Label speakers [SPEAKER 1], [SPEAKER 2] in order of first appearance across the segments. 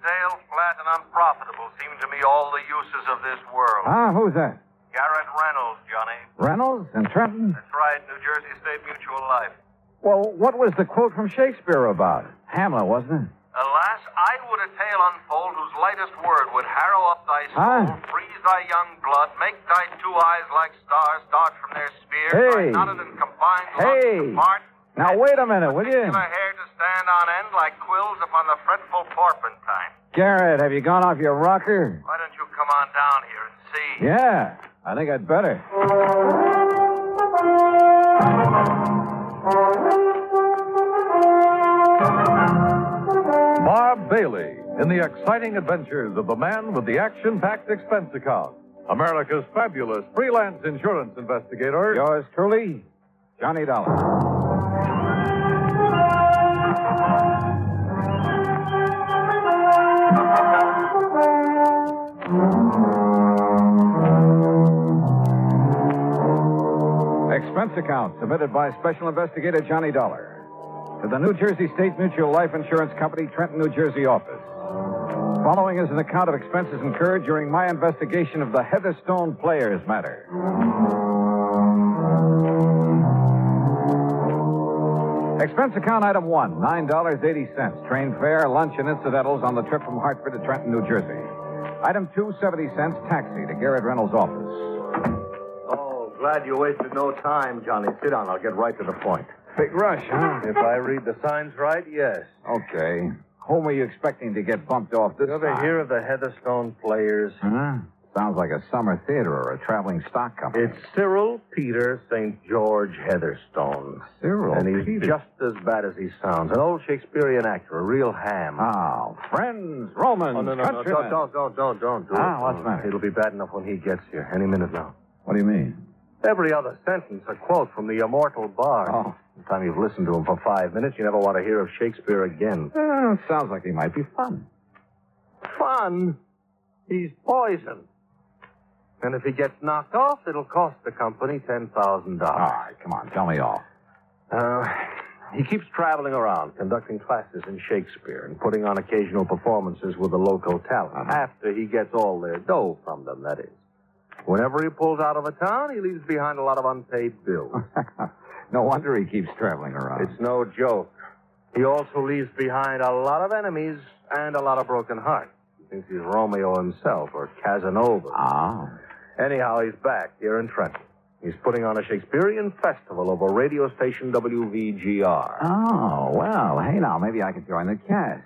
[SPEAKER 1] stale, flat, and unprofitable seem to me all the uses of this world.
[SPEAKER 2] Ah, who's that?
[SPEAKER 1] Garrett Reynolds, Johnny.
[SPEAKER 2] Reynolds and Trenton?
[SPEAKER 1] That's right, New Jersey State Mutual Life.
[SPEAKER 2] Well, what was the quote from Shakespeare about? Hamlet, wasn't it?
[SPEAKER 1] Alas, I would a tale unfold whose lightest word would harrow up thy soul,
[SPEAKER 2] Huh?
[SPEAKER 1] freeze thy young blood, make thy two eyes like stars dart from their spheres,
[SPEAKER 2] Hey.
[SPEAKER 1] thy knotted and combined lungs
[SPEAKER 2] Hey.
[SPEAKER 1] to part,
[SPEAKER 2] Now, wait a minute, will you?
[SPEAKER 1] particular hair to stand on end like quills upon the fretful porpentine.
[SPEAKER 2] Garrett, have you gone off your rocker?
[SPEAKER 1] Why don't you come on down here and see?
[SPEAKER 2] Yeah, I think I'd better.
[SPEAKER 3] Bob Bailey in the exciting adventures of the man with the action packed expense account. America's fabulous freelance insurance investigator.
[SPEAKER 2] Yours truly, Johnny Dollar. Expense account submitted by Special Investigator Johnny Dollar to the New Jersey State Mutual Life Insurance Company, Trenton, New Jersey office. Following is an account of expenses incurred during my investigation of the Heatherstone Players matter. Expense account item one, $9.80. Train fare, lunch, and incidentals on the trip from Hartford to Trenton, New Jersey. Item two, 70 cents, taxi to Garrett Reynolds' office.
[SPEAKER 4] Oh, glad you wasted no time, Johnny. Sit down. I'll get right to the point.
[SPEAKER 2] Big rush, huh?
[SPEAKER 4] If I read the signs right, yes.
[SPEAKER 2] Okay. Whom are you expecting to get bumped off this
[SPEAKER 4] You ever
[SPEAKER 2] time?
[SPEAKER 4] hear of the Heatherstone Players?
[SPEAKER 2] Huh? Sounds like a summer theater or a traveling stock company.
[SPEAKER 4] It's Cyril Peter St. George Heatherstone.
[SPEAKER 2] Cyril
[SPEAKER 4] and he's
[SPEAKER 2] Peter.
[SPEAKER 4] just as bad as he sounds. An old Shakespearean actor, a real ham.
[SPEAKER 2] Oh, friends, Romans,
[SPEAKER 4] Oh, no, no, no. Don't,
[SPEAKER 2] countrymen.
[SPEAKER 4] don't, don't, don't, don't do
[SPEAKER 2] Ah,
[SPEAKER 4] it.
[SPEAKER 2] what's the matter?
[SPEAKER 4] It'll be bad enough when he gets here, any minute now.
[SPEAKER 2] What do you mean?
[SPEAKER 4] Every other sentence, a quote from the immortal bard.
[SPEAKER 2] Oh.
[SPEAKER 4] By the time you've listened to him for five minutes, you never want to hear of Shakespeare again.
[SPEAKER 2] Uh, sounds like he might be fun.
[SPEAKER 4] fun. He's poison. And if he gets knocked off, it'll cost the company
[SPEAKER 2] All
[SPEAKER 4] $10,000.
[SPEAKER 2] right, come on, tell me all.
[SPEAKER 4] Uh, he keeps traveling around, conducting classes in Shakespeare and putting on occasional performances with the local talent
[SPEAKER 2] Uh-huh.
[SPEAKER 4] after he gets all their dough from them, that is. Whenever he pulls out of a town, he leaves behind a lot of unpaid bills.
[SPEAKER 2] no wonder he keeps traveling around.
[SPEAKER 4] it's no joke. He also leaves behind a lot of enemies and a lot of broken hearts. He thinks he's Romeo himself or Casanova.
[SPEAKER 2] Ah.
[SPEAKER 4] Anyhow, he's back here in Trenton. He's putting on a Shakespearean festival over radio station WVGR.
[SPEAKER 2] Oh, well, hey now, maybe I could join the cast.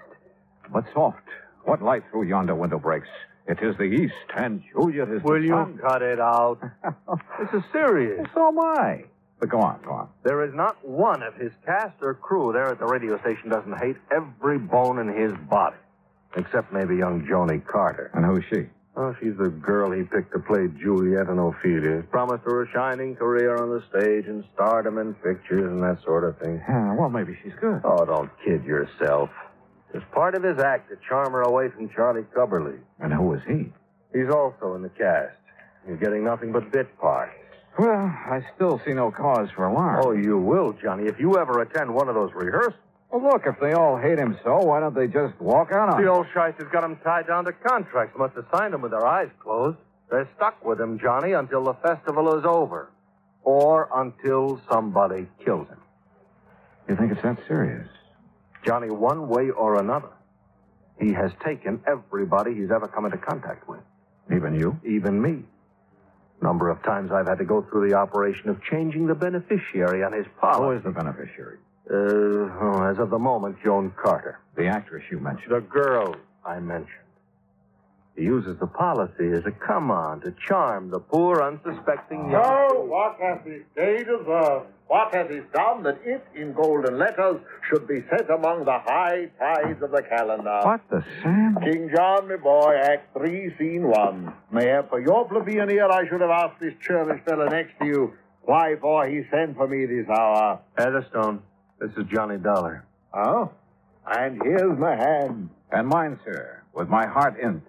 [SPEAKER 2] But soft, what light through yonder window breaks? It is the east, and Juliet is
[SPEAKER 4] Will
[SPEAKER 2] the
[SPEAKER 4] you
[SPEAKER 2] sun.
[SPEAKER 4] cut it out? This is serious.
[SPEAKER 2] so am I. But go on, go on.
[SPEAKER 4] There is not one of his cast or crew there at the radio station doesn't hate every bone in his body. Except maybe young Joni Carter.
[SPEAKER 2] And who's she?
[SPEAKER 4] Oh, she's the girl he picked to play Juliet and Ophelia. Promised her a shining career on the stage and stardom in pictures and that sort of thing.
[SPEAKER 2] Yeah, well, maybe she's good.
[SPEAKER 4] Oh, don't kid yourself. It's part of his act to charm her away from Charlie Cubberly.
[SPEAKER 2] And who is he?
[SPEAKER 4] He's also in the cast. You're getting nothing but bit parts.
[SPEAKER 2] Well, I still see no cause for alarm.
[SPEAKER 4] Oh, you will, Johnny, if you ever attend one of those rehearsals.
[SPEAKER 2] well, look, if they all hate him so, why don't they just walk out on
[SPEAKER 4] The
[SPEAKER 2] him?
[SPEAKER 4] old shyster's got him tied down to contracts. Must have signed him with their eyes closed. They're stuck with him, Johnny, until the festival is over. Or until somebody kills him.
[SPEAKER 2] You think it's that serious?
[SPEAKER 4] Johnny, one way or another, he has taken everybody he's ever come into contact with.
[SPEAKER 2] Even you?
[SPEAKER 4] even me. Number of times I've had to go through the operation of changing the beneficiary on his
[SPEAKER 2] Who
[SPEAKER 4] policy.
[SPEAKER 2] is the beneficiary?
[SPEAKER 4] Uh, oh, as of the moment, Joan Carter.
[SPEAKER 2] The actress you mentioned.
[SPEAKER 4] The girl I mentioned. He uses the policy as a come on to charm the poor, unsuspecting young.
[SPEAKER 2] Oh.
[SPEAKER 5] So what has this day deserved? What has it done that it, in golden letters, should be set among the high tides of the calendar?
[SPEAKER 2] What the Sam?
[SPEAKER 5] Uh, King John, my boy, Act 3, Scene 1. Mayhap for your plebeian ear I should have asked this churlish fellow next to you why for he sent for me this hour.
[SPEAKER 4] Featherstone, this is Johnny Dollar.
[SPEAKER 5] Oh? And here's my hand.
[SPEAKER 2] And mine, sir, with my heart in.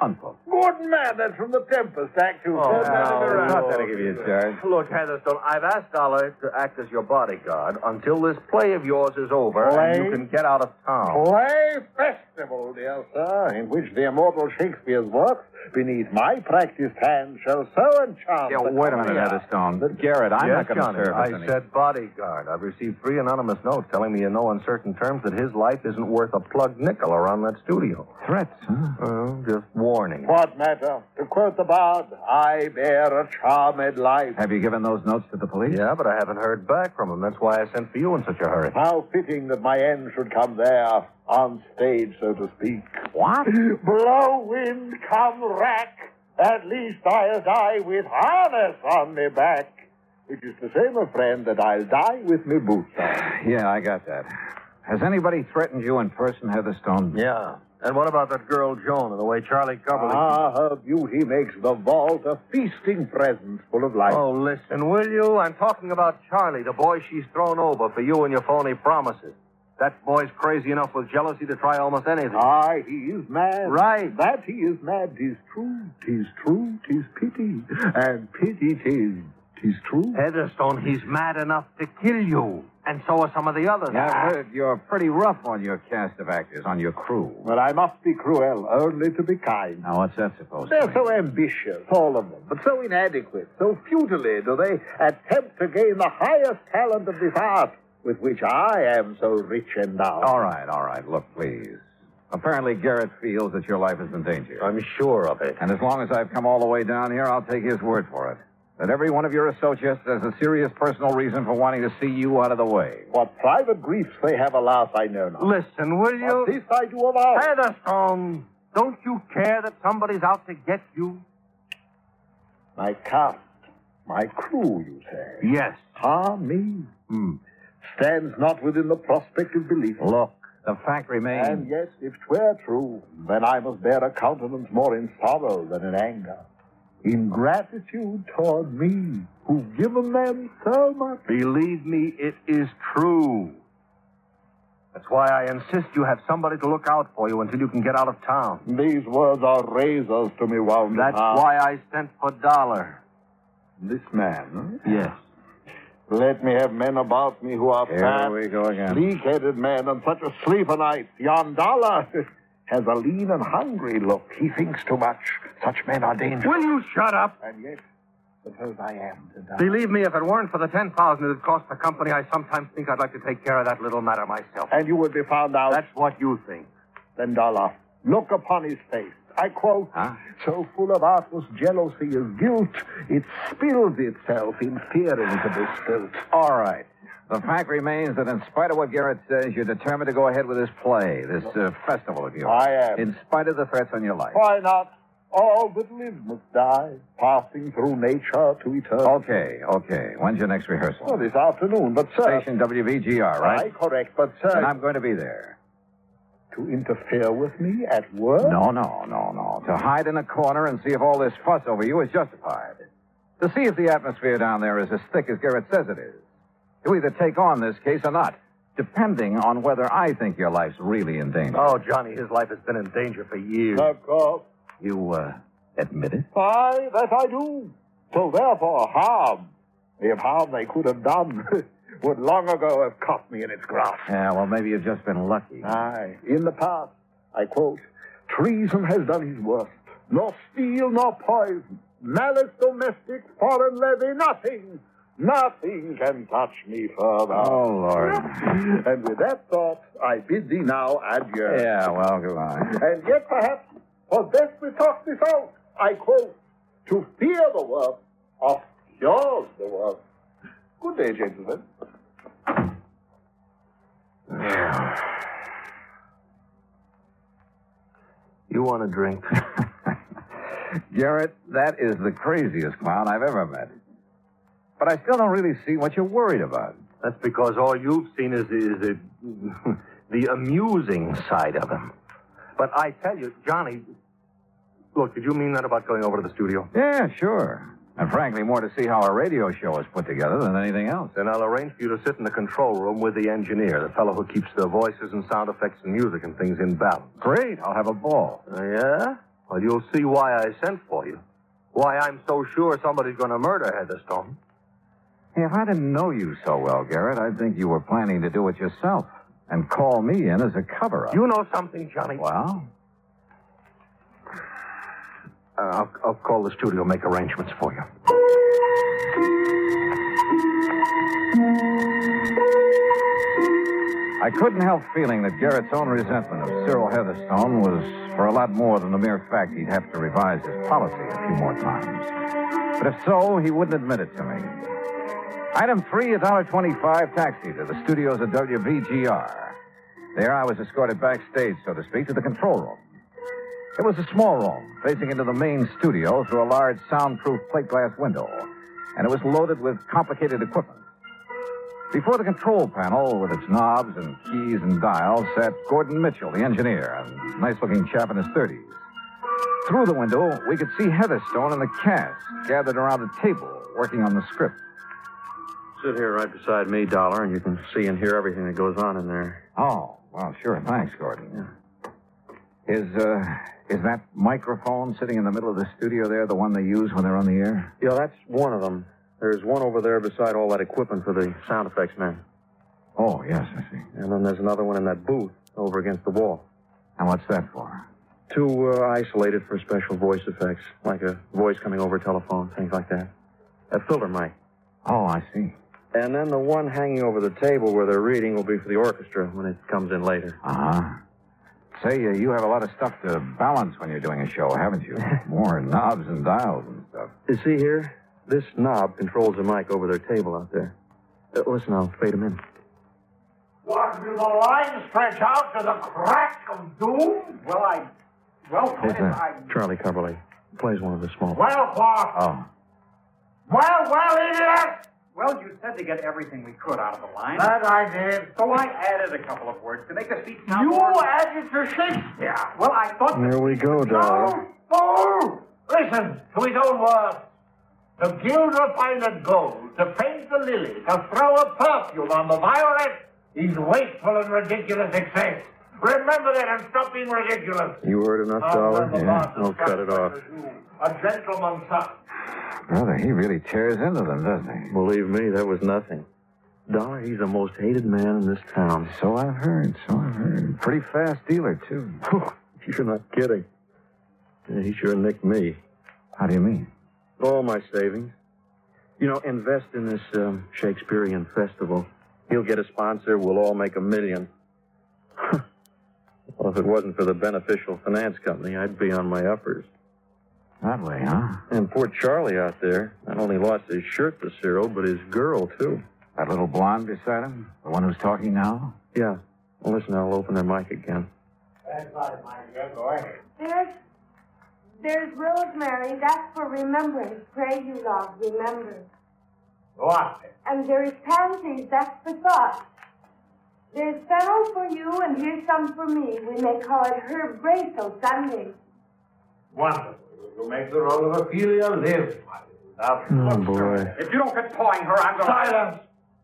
[SPEAKER 2] Unquote.
[SPEAKER 5] Good man, that's from the Tempest, Act 2.
[SPEAKER 4] Oh,
[SPEAKER 5] Third man in the
[SPEAKER 4] no,
[SPEAKER 5] round.
[SPEAKER 2] Not that I give you a charge.
[SPEAKER 4] Look, Heatherstone, I've asked Dollar to act as your bodyguard until this play of yours is over and you
[SPEAKER 5] Play?
[SPEAKER 4] can get out of town.
[SPEAKER 5] Play festival, dear sir, in which the immortal Shakespeare's works, beneath my practiced hand, shall so enchant.
[SPEAKER 2] Yeah,
[SPEAKER 5] the
[SPEAKER 2] wait a minute,
[SPEAKER 5] company.
[SPEAKER 2] Featherstone. Garrett, I'm
[SPEAKER 4] yes,
[SPEAKER 2] not going to
[SPEAKER 4] Johnny,
[SPEAKER 2] serve
[SPEAKER 4] I
[SPEAKER 2] as any.
[SPEAKER 4] said bodyguard. I've received three anonymous notes telling me in no uncertain terms that his life isn't worth a plugged nickel around that studio.
[SPEAKER 2] Threats, huh?
[SPEAKER 4] Well, just warning.
[SPEAKER 5] What matter? To quote the bard, I bear a charmed life.
[SPEAKER 2] Have you given those notes to the police?
[SPEAKER 4] Yeah, but I haven't heard back from him. That's why I sent for you in such a hurry.
[SPEAKER 5] How fitting that my end should come there, on stage, so to speak.
[SPEAKER 2] What?
[SPEAKER 5] Blow wind, come rack. At least I'll die with harness on me back. Which is to say, my friend, that I'll die with me boots on.
[SPEAKER 2] Yeah, I got that. Has anybody threatened you in person, Heatherstone?
[SPEAKER 4] Yeah. And what about that girl Joan and the way Charlie Coverly?
[SPEAKER 5] Ah, her beauty makes the vault a feasting presence full of life.
[SPEAKER 4] Oh, listen, will you? I'm talking about Charlie, the boy she's thrown over for you and your phony promises. That boy's crazy enough with jealousy to try almost anything.
[SPEAKER 5] Ah, he is mad.
[SPEAKER 4] Right.
[SPEAKER 5] That he is mad, tis true, tis true, tis pity. And pity tis, tis true.
[SPEAKER 4] Heatherstone, he's mad enough to kill you. And so are some of the others.
[SPEAKER 2] Yeah, I've heard you're pretty rough on your cast of actors, on your crew.
[SPEAKER 5] Well, I must be cruel, only to be kind.
[SPEAKER 2] Now, what's that supposed to
[SPEAKER 5] They're
[SPEAKER 2] mean?
[SPEAKER 5] so ambitious, all of them, but so inadequate, so futilely do they attempt to gain the highest talent of this art with which I am so rich endowed.
[SPEAKER 2] All right, all right. Look, please. Apparently, Garrett feels that your life is in danger.
[SPEAKER 4] I'm sure of it.
[SPEAKER 2] And as long as I've come all the way down here, I'll take his word for it. That every one of your associates has a serious personal reason for wanting to see you out of the way.
[SPEAKER 5] What private griefs they have, alas, I know not.
[SPEAKER 4] Listen, will
[SPEAKER 5] But
[SPEAKER 4] you?
[SPEAKER 5] this I do avow.
[SPEAKER 4] Heatherstone, don't you care that somebody's out to get you?
[SPEAKER 5] My cast, my crew, you say.
[SPEAKER 4] Yes.
[SPEAKER 5] Ah, me. Hmm. Stands not within the prospect of belief.
[SPEAKER 2] Look, the fact remains.
[SPEAKER 5] And yet, if 'twere true, then I must bear a countenance more in sorrow than in anger. In gratitude toward me, who've given them so much.
[SPEAKER 4] Believe me, it is true. That's why I insist you have somebody to look out for you until you can get out of town.
[SPEAKER 5] These words are razors to me wound
[SPEAKER 4] That's
[SPEAKER 5] heart.
[SPEAKER 4] why I sent for Dollar.
[SPEAKER 5] This man.
[SPEAKER 4] Yes.
[SPEAKER 5] Let me have men about me who are
[SPEAKER 2] Here
[SPEAKER 5] fat,
[SPEAKER 2] we go again.
[SPEAKER 5] sleek-headed men, and such a sleeper night. Yandala has a lean and hungry look. He thinks too much. Such men are dangerous.
[SPEAKER 4] Will you shut up?
[SPEAKER 5] And yet, suppose I am to die.
[SPEAKER 4] Believe me, if it weren't for the ten thousand it cost the company, I sometimes think I'd like to take care of that little matter myself.
[SPEAKER 5] And you would be found out.
[SPEAKER 4] That's what you think.
[SPEAKER 5] Then Dollar, look upon his face. I quote,
[SPEAKER 2] Huh?
[SPEAKER 5] so full of artless jealousy is guilt, it spills itself in fearing to be spilt.
[SPEAKER 2] All right. The fact remains that in spite of what Garrett says, you're determined to go ahead with this play, this uh, festival of yours.
[SPEAKER 5] I am.
[SPEAKER 2] In spite of the threats on your life.
[SPEAKER 5] Why not? All that live must die, passing through nature to eternity.
[SPEAKER 2] Okay, okay. When's your next rehearsal?
[SPEAKER 5] Well, this afternoon, but sir.
[SPEAKER 2] Station WVGR, right?
[SPEAKER 5] I correct, but sir.
[SPEAKER 2] And I'm going to be there.
[SPEAKER 5] To interfere with me at work?
[SPEAKER 2] No, no, no, no. To hide in a corner and see if all this fuss over you is justified. To see if the atmosphere down there is as thick as Garrett says it is. To either take on this case or not, depending on whether I think your life's really in danger.
[SPEAKER 4] Oh, Johnny, his life has been in danger for years.
[SPEAKER 5] Of course.
[SPEAKER 2] You, uh, admit it?
[SPEAKER 5] Why, Oh. that I do. So therefore, harm, if harm they could have done, would long ago have caught me in its grasp.
[SPEAKER 2] Yeah, well, maybe you've just been lucky.
[SPEAKER 4] Uh,
[SPEAKER 5] Aye, in the past, I quote, treason has done his worst, nor steel nor poison, malice domestic, foreign levy, nothing, nothing can touch me further.
[SPEAKER 2] oh, Lord.
[SPEAKER 5] And with that thought, I bid thee now adieu.
[SPEAKER 2] Yeah, well, goodbye.
[SPEAKER 5] And yet, perhaps, for best we talk this out. I quote, to fear the worst, obscures the worst. Good day, gentlemen.
[SPEAKER 4] You want a drink?
[SPEAKER 2] Garrett, that is the craziest clown I've ever met. But I still don't really see what you're worried about.
[SPEAKER 6] That's because all you've seen is, is the, the amusing side of him. But I tell you, Johnny, look, did you mean that about going over to the studio?
[SPEAKER 2] Yeah, sure. And frankly, more to see how a radio show is put together than anything else.
[SPEAKER 6] Then I'll arrange for you to sit in the control room with the engineer, the fellow who keeps the voices and sound effects and music and things in balance.
[SPEAKER 2] Great, I'll have a ball.
[SPEAKER 6] Uh, yeah? Well, you'll see why I sent for you. Why I'm so sure somebody's going to murder Heatherstone.
[SPEAKER 2] Hey, if I didn't know you so well, Garrett, I'd think you were planning to do it yourself and call me in as a cover up.
[SPEAKER 6] You know something, Johnny?
[SPEAKER 2] Well,
[SPEAKER 6] Uh, I'll, I'll call the studio, make arrangements for you.
[SPEAKER 2] I couldn't help feeling that Garrett's own resentment of Cyril Heatherstone was for a lot more than the mere fact he'd have to revise his policy a few more times. But if so, he wouldn't admit it to me. Item three is our twenty-five taxi to the studios of WVGR. There, I was escorted backstage, so to speak, to the control room. It was a small room facing into the main studio through a large soundproof plate glass window, and it was loaded with complicated equipment. Before the control panel, with its knobs and keys and dials, sat Gordon Mitchell, the engineer, a nice looking chap in his 30s. Through the window, we could see Heatherstone and the cast gathered around a table working on the script.
[SPEAKER 6] Sit here right beside me, Dollar, and you can see and hear everything that goes on in there.
[SPEAKER 2] Oh, well, sure. Thanks, Gordon. Is, uh, is that microphone sitting in the middle of the studio there the one they use when they're on the air?
[SPEAKER 6] Yeah, that's one of them. There's one over there beside all that equipment for the sound effects man.
[SPEAKER 2] Oh, yes, I see.
[SPEAKER 6] And then there's another one in that booth over against the wall.
[SPEAKER 2] And what's that for?
[SPEAKER 6] Two uh, isolated for special voice effects, like a voice coming over telephone, things like that. A filter mic.
[SPEAKER 2] Oh, I see.
[SPEAKER 6] And then the one hanging over the table where they're reading will be for the orchestra when it comes in later.
[SPEAKER 2] Uh huh. Say, uh, you have a lot of stuff to balance when you're doing a show, haven't you? More knobs and dials and stuff.
[SPEAKER 6] You see here? This knob controls the mic over their table out there. Uh, listen, I'll fade him in.
[SPEAKER 7] What do the lines stretch out to the crack of doom? Well, I. Well,
[SPEAKER 6] Who's
[SPEAKER 7] Cliff, I.
[SPEAKER 6] that? Charlie Coverley. Plays one of the small.
[SPEAKER 7] Well, Clark.
[SPEAKER 2] Oh.
[SPEAKER 7] Well, well, idiot!
[SPEAKER 8] Well, you said to get everything we could out of the line.
[SPEAKER 7] That I did.
[SPEAKER 8] so I added a couple of words to make the speech sound
[SPEAKER 7] You
[SPEAKER 8] more...
[SPEAKER 7] added to Shakespeare. Well, I thought.
[SPEAKER 6] There we go, Dollar.
[SPEAKER 7] No, fool! Listen to his own words. To gild refined gold, to paint the lily, to throw a perfume on the violet, is wasteful and ridiculous excess. Remember that and stop being ridiculous.
[SPEAKER 6] You heard enough, Dollar? Yeah, I'll cut it off.
[SPEAKER 7] A gentleman's son.
[SPEAKER 2] Brother, he really tears into them, doesn't
[SPEAKER 6] Believe me, that was nothing. Dollar, he's the most hated man in this town.
[SPEAKER 2] he? So I've heard, so I've heard. Pretty fast dealer, too.
[SPEAKER 6] You're not kidding. Yeah, he sure nicked me.
[SPEAKER 2] How do you mean?
[SPEAKER 6] All my savings. You know, invest in this um, Shakespearean festival. He'll get a sponsor. We'll all make a million. well, if it wasn't for the beneficial finance company, I'd be on my uppers.
[SPEAKER 2] That way, huh?
[SPEAKER 6] And poor Charlie out there not only lost his shirt to Cyril, but his girl, too.
[SPEAKER 2] That little blonde beside him? The one who's talking now?
[SPEAKER 6] Yeah. Well, listen, I'll open their mic again.
[SPEAKER 7] That's not my dear boy.
[SPEAKER 9] There's, there's rosemary. That's for remembrance. Pray you, love, remember.
[SPEAKER 7] What?
[SPEAKER 9] And there is pansies. That's for thought. There's fennel for you, and here's some for me. We may call it herb grace o' Sunday.
[SPEAKER 7] Wonderful. You make the role of Ophelia live. my little
[SPEAKER 2] Oh,
[SPEAKER 7] love.
[SPEAKER 8] If you don't quit pawing her, I'm going to...
[SPEAKER 7] Silence!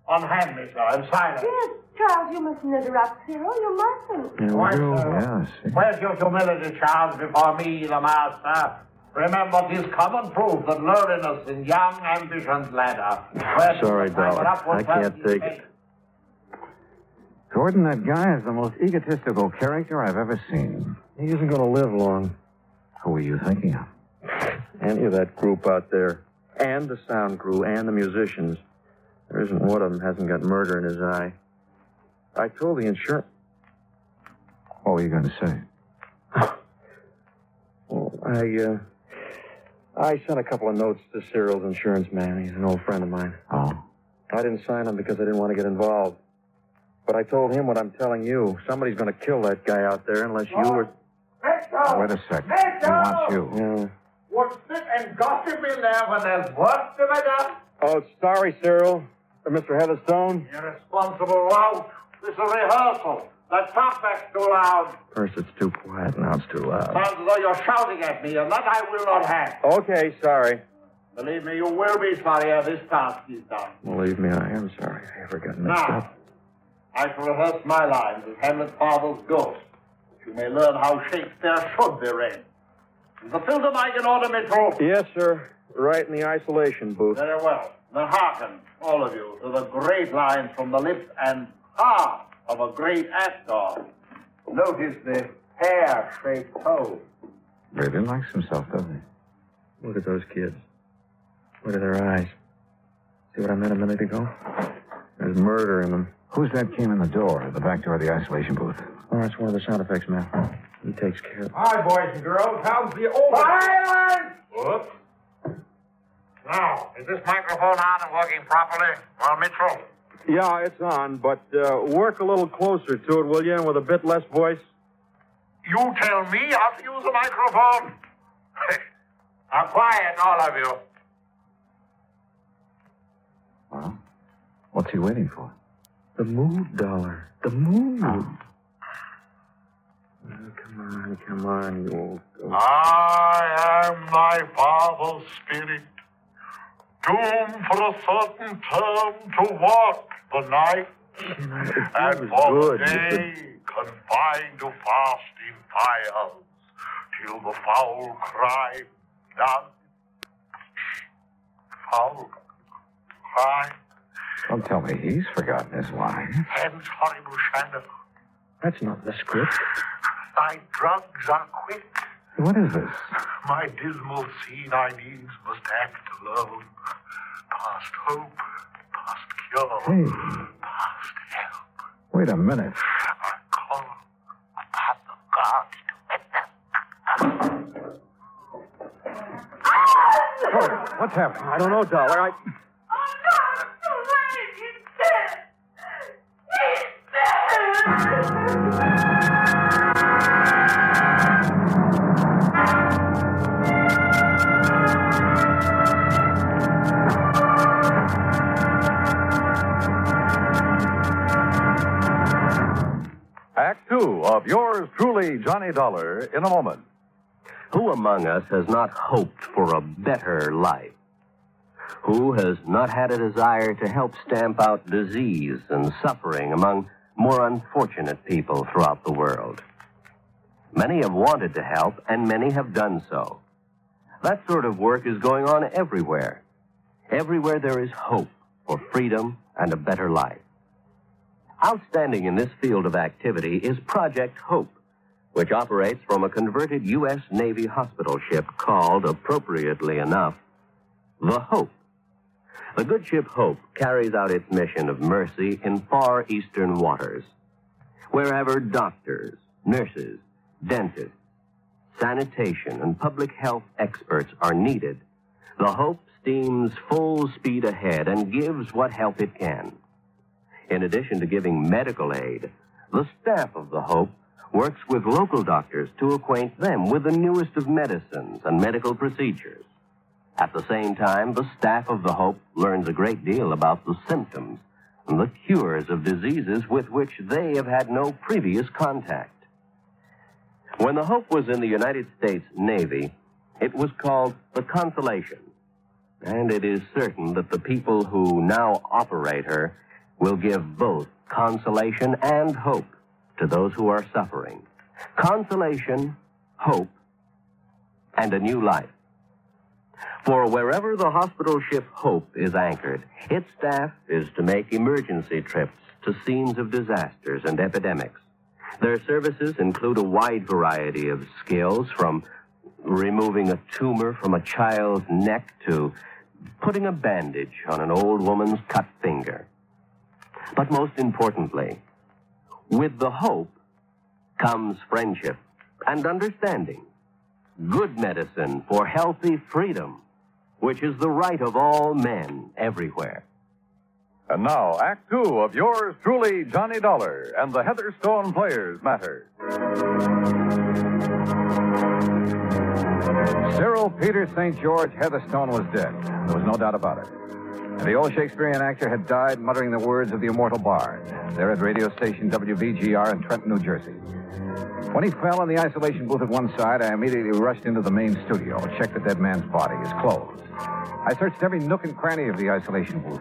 [SPEAKER 7] Unhand me, sir, and silence.
[SPEAKER 9] Yes, Charles, you mustn't interrupt Cyril. oh, You mustn't.
[SPEAKER 6] Yeah,
[SPEAKER 7] Why,
[SPEAKER 6] we're all-
[SPEAKER 7] sir?
[SPEAKER 2] Yes.
[SPEAKER 7] Where's your humility, Charles, before me, the master? Remember, 'tis common proof that lowliness in young ambition's ladder. Where
[SPEAKER 6] Sorry, Dollar. I can't take it.
[SPEAKER 2] Gordon, that guy is the most egotistical character I've ever seen.
[SPEAKER 6] He isn't going to live long.
[SPEAKER 2] Who were you thinking of?
[SPEAKER 6] Any of that group out there, and the sound crew, and the musicians. There isn't one of them hasn't got murder in his eye. I told the insurance.
[SPEAKER 2] What were you going to say?
[SPEAKER 6] Well, I, uh, I sent a couple of notes to Cyril's insurance man. He's an old friend of mine.
[SPEAKER 2] Oh.
[SPEAKER 6] I didn't sign them because I didn't want to get involved. But I told him what I'm telling you. Somebody's going to kill that guy out there unless you or
[SPEAKER 7] Victor!
[SPEAKER 2] Wait a second.
[SPEAKER 7] Victor!
[SPEAKER 2] He wants you.
[SPEAKER 6] Yeah.
[SPEAKER 7] We'll sit and gossip in there when there's work to be done.
[SPEAKER 6] Oh, sorry, Cyril. Uh, Mr. Heatherstone?
[SPEAKER 7] Irresponsible lout. This is a rehearsal. The top act's too loud.
[SPEAKER 4] First it's too quiet, now it's too loud.
[SPEAKER 7] Sounds as though you're shouting at me, and that I will not have.
[SPEAKER 6] Okay, sorry.
[SPEAKER 7] Believe me, you will be sorry how this task is done.
[SPEAKER 4] Believe me, I am sorry I ever got mixed
[SPEAKER 7] Now,
[SPEAKER 4] up.
[SPEAKER 7] I shall rehearse my lines as Hamlet Marvel's ghost, that you may learn how Shakespeare should be read. Is the filter mic in order, Mitchell?
[SPEAKER 6] Yes, sir. Right in the isolation booth.
[SPEAKER 7] Very well. Then hearken, all of you, to the great lines from the lips and heart of a great actor. Notice the hair-shaped toe.
[SPEAKER 4] Really likes himself, doesn't
[SPEAKER 2] eh?
[SPEAKER 4] he? Look at those kids. Look at their eyes. See what I meant a minute ago? There's murder in them.
[SPEAKER 2] Who's that came in the door, the back door of the isolation booth?
[SPEAKER 4] Oh, that's one of the sound effects, man. He takes care of
[SPEAKER 7] All right, boys and girls, how's the old Silence! Whoops. Now, is this microphone on and working properly? Well, Mitchell,
[SPEAKER 6] Yeah, it's on, but uh, work a little closer to it, will you, and with a bit less voice?
[SPEAKER 7] you tell me how to use a microphone. now, quiet, all of you.
[SPEAKER 4] Well, what's he waiting for? The mood dollar. The mood.
[SPEAKER 2] Ah.
[SPEAKER 4] Well, come on, come on, you old goat.
[SPEAKER 6] Ah.
[SPEAKER 10] I am thy father's spirit, doomed for a certain term to walk the night, and for
[SPEAKER 4] good.
[SPEAKER 10] the day confined to fast in fires, till the foul crime done. Foul crime,
[SPEAKER 5] Don't tell me he's forgotten his line.
[SPEAKER 10] hence horrible shadow,
[SPEAKER 5] That's not the script.
[SPEAKER 10] thy drugs are quick.
[SPEAKER 5] What is this?
[SPEAKER 10] My dismal scene I needs must act alone. Past hope, past cure,
[SPEAKER 2] Hey.
[SPEAKER 10] past help.
[SPEAKER 2] Wait a minute.
[SPEAKER 10] I call upon the gods to
[SPEAKER 6] What's happening? I don't know, Dollar. I...
[SPEAKER 3] Act two of yours truly, Johnny Dollar, in a moment.
[SPEAKER 11] Who among us has not hoped for a better life? Who has not had a desire to help stamp out disease and suffering among more unfortunate people throughout the world? Many have wanted to help, and many have done so. That sort of work is going on everywhere. Everywhere there is hope for freedom and a better life. Outstanding in this field of activity is Project Hope which operates from a converted U.S. Navy hospital ship called, appropriately enough, the Hope. The good ship Hope carries out its mission of mercy in far eastern waters, wherever doctors, nurses, dentists, sanitation, and public health experts are needed. The Hope steams full speed ahead and gives what help it can. In addition to giving medical aid, the staff of the Hope works with local doctors to acquaint them with the newest of medicines and medical procedures. At the same time, the staff of the Hope learns a great deal about the symptoms and the cures of diseases with which they have had no previous contact. When the Hope was in the United States Navy, it was called the Consolation, and it is certain that the people who now operate her will give both consolation and hope to those who are suffering. Consolation, hope, and a new life. For wherever the hospital ship Hope is anchored, its staff is to make emergency trips to scenes of disasters and epidemics. Their services include a wide variety of skills from removing a tumor from a child's neck to putting a bandage on an old woman's cut finger. But most importantly, with the hope comes friendship and understanding. Good medicine for healthy freedom, which is the right of all men everywhere.
[SPEAKER 3] And now, Act two of yours truly, Johnny Dollar, and the Heatherstone Players Matter.
[SPEAKER 2] Cyril Peter St. George Heatherstone was dead. There was no doubt about it. And the old Shakespearean actor had died muttering the words of the immortal bard there at radio station WVGR in Trenton, New Jersey. When he fell in the isolation booth at one side, I immediately rushed into the main studio, checked the dead man's body, his clothes. I searched every nook and cranny of the isolation booth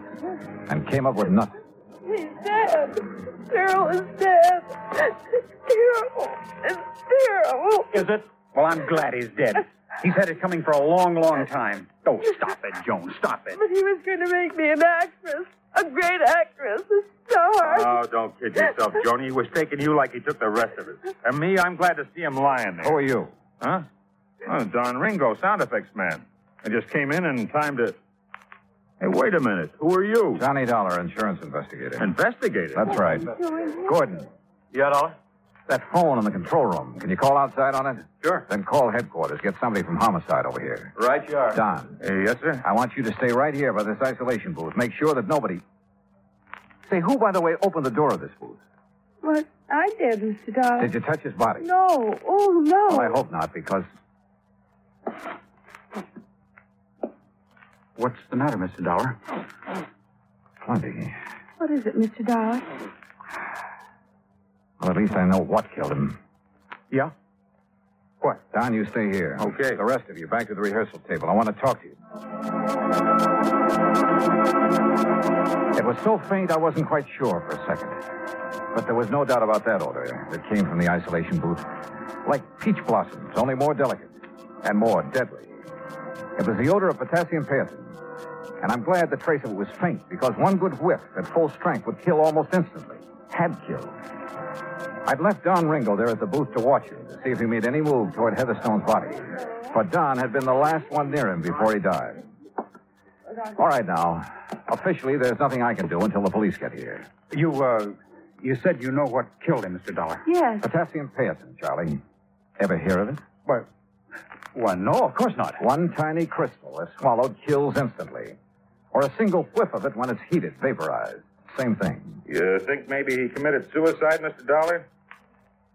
[SPEAKER 2] and came up with nothing.
[SPEAKER 8] He's dead. Cyril is dead. Cyril is Cyril.
[SPEAKER 12] Is it? Well, I'm glad he's dead. He's had it coming for a long, long time. Oh, stop it, Joan. Stop it.
[SPEAKER 8] But he was going to make me an actress, a great actress, a star.
[SPEAKER 13] Oh, don't kid yourself, Joni. He was taking you like he took the rest of us. And me, I'm glad to see him lying there.
[SPEAKER 2] Who are you?
[SPEAKER 13] Huh? Oh, Don Ringo, sound effects man. I just came in in time to. Hey, wait a minute. Who are you?
[SPEAKER 2] Johnny Dollar, insurance investigator.
[SPEAKER 13] Investigator?
[SPEAKER 2] That's right. Gordon.
[SPEAKER 4] Yeah, Dollar?
[SPEAKER 2] That phone in the control room. Can you call outside on it? Sure. Then call headquarters. Get somebody from homicide over here.
[SPEAKER 4] Right, you are.
[SPEAKER 2] Don.
[SPEAKER 13] yes, sir?
[SPEAKER 2] I want you to stay right here by this isolation booth. Make sure that nobody. Say, who, by the way, opened the door of this booth?
[SPEAKER 8] What? I did, Mr. Dollar.
[SPEAKER 2] Did you touch his body?
[SPEAKER 8] No. Oh, no.
[SPEAKER 2] Well, I hope not, because.
[SPEAKER 14] What's the matter, Mr. Dollar?
[SPEAKER 2] Plenty.
[SPEAKER 8] What is it, Mr. Dollar?
[SPEAKER 2] Well, at least I know what killed him.
[SPEAKER 14] Yeah?
[SPEAKER 2] What? Don, you stay here.
[SPEAKER 14] Okay.
[SPEAKER 2] The rest of you, back to the rehearsal table. I want to talk to you. It was so faint, I wasn't quite sure for a second. But there was no doubt about that odor that came from the isolation booth. Like peach blossoms, only more delicate and more deadly. It was the odor of potassium panthin. And I'm glad the trace of it was faint, because one good whiff at full strength would kill almost instantly. Had killed. I'd left Don Ringo there at the booth to watch him, to see if he made any move toward Heatherstone's body. But Don had been the last one near him before he died. All right, now. Officially, there's nothing I can do until the police get here.
[SPEAKER 14] You, uh, you said you know what killed him, Mr. Dollar.
[SPEAKER 8] Yes.
[SPEAKER 2] Potassium panthin, Charlie. Ever hear of it?
[SPEAKER 14] Well, well, no, of course not.
[SPEAKER 2] One tiny crystal, if swallowed, kills instantly. Or a single whiff of it when it's heated, vaporized. Same thing.
[SPEAKER 13] You think maybe he committed suicide, Mr. Dollar?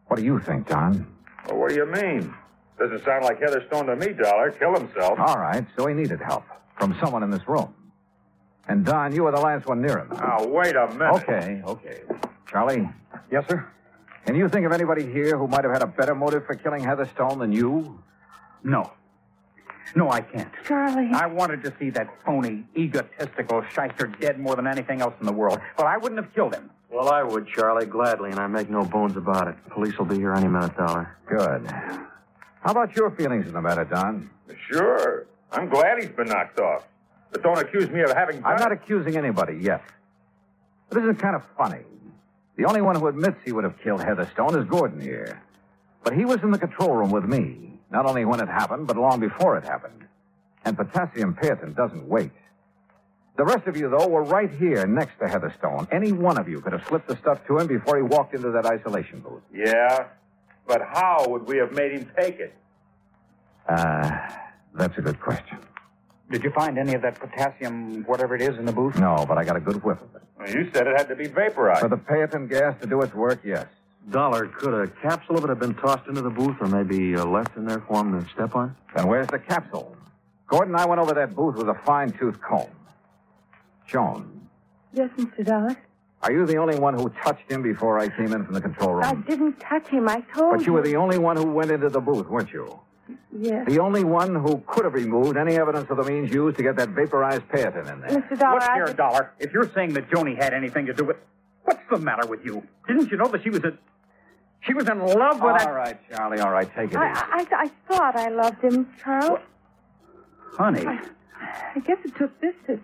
[SPEAKER 2] What do you think, Don?
[SPEAKER 13] Well, what do you mean? Doesn't sound like Heatherstone to me, Dollar. Kill himself.
[SPEAKER 2] All right, so he needed help from someone in this room. And Don, you were the last one near him.
[SPEAKER 14] Ah,
[SPEAKER 13] Now, wait a minute.
[SPEAKER 2] Okay, okay. Charlie?
[SPEAKER 14] Yes, sir?
[SPEAKER 2] Can you think of anybody here who might have had a better motive for killing Heatherstone than you?
[SPEAKER 14] No. No, I can't.
[SPEAKER 8] Charlie.
[SPEAKER 14] I wanted to see that phony, egotistical shyster dead more than anything else in the world, but I wouldn't have killed him.
[SPEAKER 4] Well, I would, Charlie, gladly, and I make no bones about it. Police will be here any minute, Dollar.
[SPEAKER 2] Good. How about your feelings in the matter, Don?
[SPEAKER 13] Sure. I'm glad he's been knocked off. But don't accuse me of having.
[SPEAKER 2] I'm not accusing anybody yet. But this is kind of funny. The only one who admits he would have killed Heatherstone is Gordon here. But he was in the control room with me, not only when it happened, but long before it happened. And potassium pyrethrin doesn't wait. The rest of you, though, were right here next to Heatherstone. Any one of you could have slipped the stuff to him before he walked into that isolation booth.
[SPEAKER 13] Yeah, but how would we have made him take it?
[SPEAKER 2] Uh, that's a good question.
[SPEAKER 14] Did you find any of that potassium, whatever it is, in the booth?
[SPEAKER 2] No, but I got a good whiff of it.
[SPEAKER 13] Well, you said it had to be vaporized.
[SPEAKER 2] For the pyrethrin gas to do its work, yes.
[SPEAKER 4] Dollar, could a capsule of it have been tossed into the booth or maybe uh, left in there for him to step on?
[SPEAKER 2] Then where's the capsule? Gordon and I went over that booth with a fine tooth comb. Joan,
[SPEAKER 8] Yes, Mr. Dollar.
[SPEAKER 2] are you the only one who touched him before I came in from the control room?
[SPEAKER 8] I didn't touch him. I told
[SPEAKER 2] But you were the only one who went into the booth, weren't you?
[SPEAKER 8] Yes.
[SPEAKER 2] The only one who could have removed any evidence of the means used to get that vaporized pyrethrin in there.
[SPEAKER 8] Mr. Dollar,
[SPEAKER 14] Look
[SPEAKER 8] I
[SPEAKER 14] here,
[SPEAKER 8] did-
[SPEAKER 14] Dollar. If you're saying that Joni had anything to do with. What's the matter with you? Didn't you know that she was a. She was in love with that.
[SPEAKER 2] All right, Charlie, all right, take it easy.
[SPEAKER 8] I, I, I thought I loved him, Charles.
[SPEAKER 14] Honey.
[SPEAKER 8] I guess it took this to,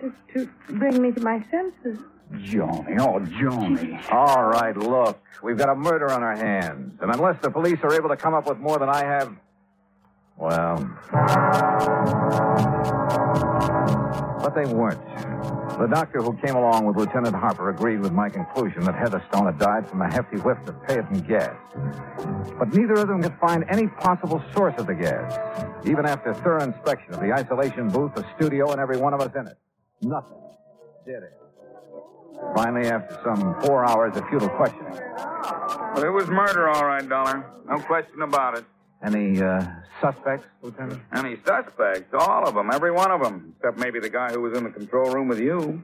[SPEAKER 8] to, to bring me to my senses.
[SPEAKER 14] Joni. Oh, Joni.
[SPEAKER 2] All right, look. We've got a murder on our hands. And unless the police are able to come up with more than I have. Well. But they weren't. The doctor who came along with Lieutenant Harper agreed with my conclusion that Heatherstone had died from a hefty whiff of Peyton gas. But neither of them could find any possible source of the gas, even after thorough inspection of the isolation booth, the studio, and every one of us in it. Nothing. Did it. Finally, after some four hours of futile questioning,
[SPEAKER 15] Well, it was murder, all right, Dollar. No question about it.
[SPEAKER 2] Any uh, suspects, Lieutenant?
[SPEAKER 13] Any suspects? All of them, every one of them, except maybe the guy who was in the control room with you.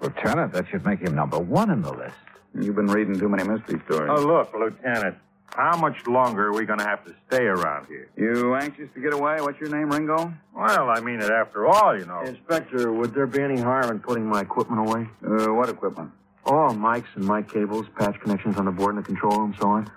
[SPEAKER 2] Lieutenant, that should make him number one in the list.
[SPEAKER 13] You've been reading too many mystery stories.
[SPEAKER 6] Oh,
[SPEAKER 16] Now, look, Lieutenant, how much longer are we going to have to stay around here?
[SPEAKER 13] You anxious to get away? What's your name, Ringo?
[SPEAKER 16] Well, I mean it after all, you know.
[SPEAKER 6] Inspector, would there be any harm in putting my equipment away?
[SPEAKER 13] Uh, what equipment?
[SPEAKER 6] All mics and mic cables, patch connections on the board in the control room, so on.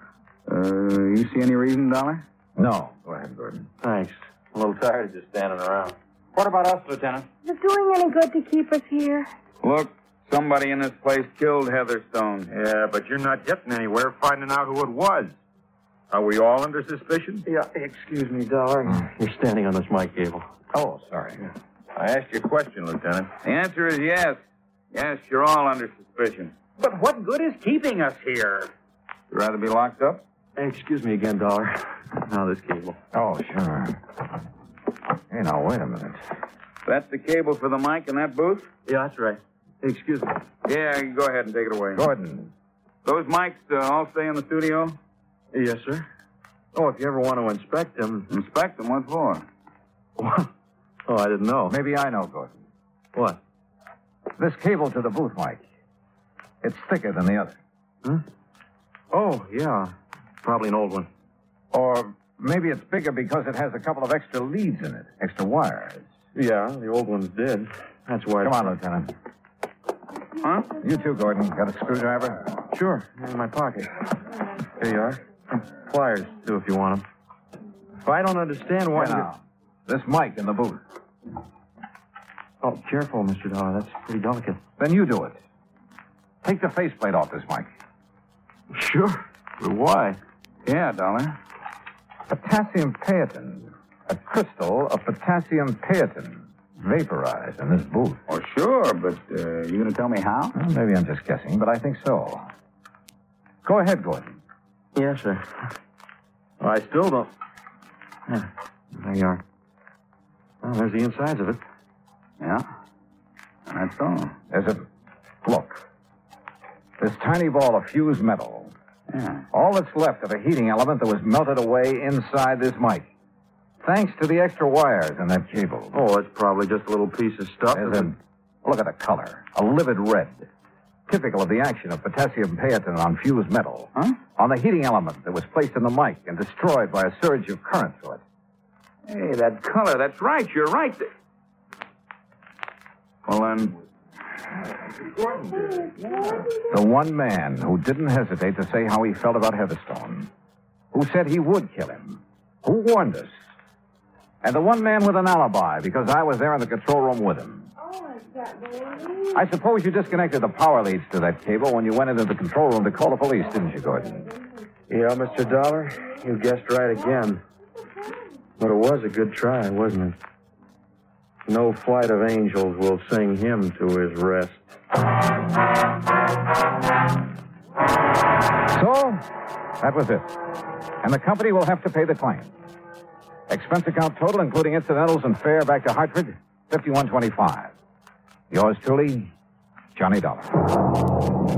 [SPEAKER 13] Uh, you see any reason, Dollar?
[SPEAKER 6] No.
[SPEAKER 13] Go ahead, Gordon.
[SPEAKER 6] Thanks.
[SPEAKER 13] I'm a little tired of just standing around.
[SPEAKER 17] What about us, Lieutenant?
[SPEAKER 9] Is it doing any good to keep us here?
[SPEAKER 13] Look, somebody in this place killed Heatherstone.
[SPEAKER 16] Yeah, but you're not getting anywhere finding out who it was. Are we all under suspicion? Hmm.
[SPEAKER 6] Yeah, excuse me, Dollar. You're standing on this mic cable.
[SPEAKER 16] Oh, sorry. I asked you a question, Lieutenant.
[SPEAKER 13] The answer is yes. Yes, you're all under suspicion.
[SPEAKER 17] But what good is keeping us here?
[SPEAKER 13] You'd rather be locked up?
[SPEAKER 6] Hey, excuse me again, Dollar. Now this cable.
[SPEAKER 2] Oh, sure. Hey, now, wait a minute.
[SPEAKER 13] That's the cable for the mic in that booth?
[SPEAKER 6] Yeah, that's right. Hey, excuse me.
[SPEAKER 13] Yeah, you go ahead and take it away.
[SPEAKER 2] Gordon.
[SPEAKER 13] Those mics uh, all stay in the studio?
[SPEAKER 6] Yes, sir. Oh, if you ever want to inspect them.
[SPEAKER 13] Inspect them? What for?
[SPEAKER 6] Oh, I didn't know.
[SPEAKER 2] Maybe I know, Gordon.
[SPEAKER 6] What?
[SPEAKER 2] This cable to the booth, Mike. It's thicker than the other.
[SPEAKER 6] Huh? Oh, yeah. Probably an old one.
[SPEAKER 2] Or maybe it's bigger because it has a couple of extra leads in it, extra wires.
[SPEAKER 6] Yeah, the old one's dead. That's why.
[SPEAKER 2] Come on, Lieutenant.
[SPEAKER 13] Huh?
[SPEAKER 2] You too, Gordon. Got a screwdriver?
[SPEAKER 6] Sure, in my pocket. Here you are. Pliers, too, if you want them. If I don't understand why.
[SPEAKER 2] Here now. This mic in the booth.
[SPEAKER 6] Oh, careful, Mr. Dollar. That's pretty delicate.
[SPEAKER 2] Then you do it. Take the faceplate off this mic.
[SPEAKER 6] Sure. But why?
[SPEAKER 13] Yeah, Dollar.
[SPEAKER 2] Potassium paetin. A crystal of potassium paetin vaporized in this booth.
[SPEAKER 13] Oh, sure, but uh, you going to tell me how?
[SPEAKER 2] Well, maybe I'm just guessing, but I think so. Go ahead, Gordon.
[SPEAKER 6] Yes, sir. Well, I still don't. Yeah, there you are. Well, there's the insides of it.
[SPEAKER 13] Yeah? That's all.
[SPEAKER 2] There's a. Look. This tiny ball of fused metal.
[SPEAKER 13] Yeah.
[SPEAKER 2] All that's left of a heating element that was melted away inside this mic. Thanks to the extra wires in that cable.
[SPEAKER 6] Oh, it's probably just a little piece of stuff.
[SPEAKER 2] There's a, look at the color. A livid red. Typical of the action of potassium paetin on fused metal.
[SPEAKER 13] Huh?
[SPEAKER 2] On the heating element that was placed in the mic and destroyed by a surge of current through it.
[SPEAKER 13] Hey, that color, that's right. You're right. Th- Well, then,
[SPEAKER 2] The one man who didn't hesitate to say how he felt about Heatherstone, who said he would kill him, who warned us, and the one man with an alibi because I was there in the control room with him.
[SPEAKER 18] Oh, is that
[SPEAKER 2] I suppose you disconnected the power leads to that cable when you went into the control room to call the police, didn't you, Gordon?
[SPEAKER 6] Yeah, Mr. Dollar, you guessed right again. But it was a good try, wasn't it? No flight of angels will sing him to his rest.
[SPEAKER 2] So, that was it. And the company will have to pay the claim. Expense account total, including incidentals and fare back to Hartford, fifty-one twenty-five. Yours truly, Johnny Dollar.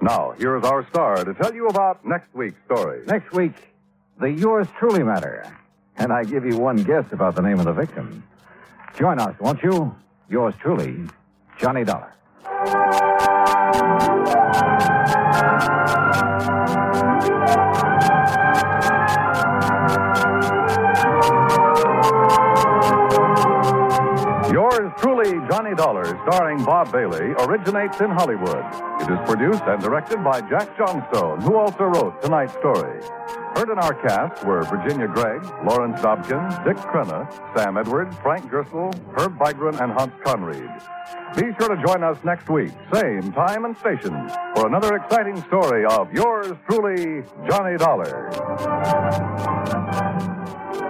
[SPEAKER 3] Now, here is our star to tell you about next week's story.
[SPEAKER 2] Next week, the yours truly matter. And I give you one guess about the name of the victim. Join us, won't you? Yours truly, Johnny Dollar.
[SPEAKER 3] Yours truly, Johnny Dollar, starring Bob Bailey, originates in Hollywood. It is produced and directed by Jack Johnstone, who also wrote tonight's story. Heard in our cast were Virginia Gregg, Lawrence Dobkin, Dick Crenna, Sam Edwards, Frank Gersel, Herb Vigran, and Hans Conried. Be sure to join us next week, same time and station, for another exciting story of yours truly, Johnny Dollar.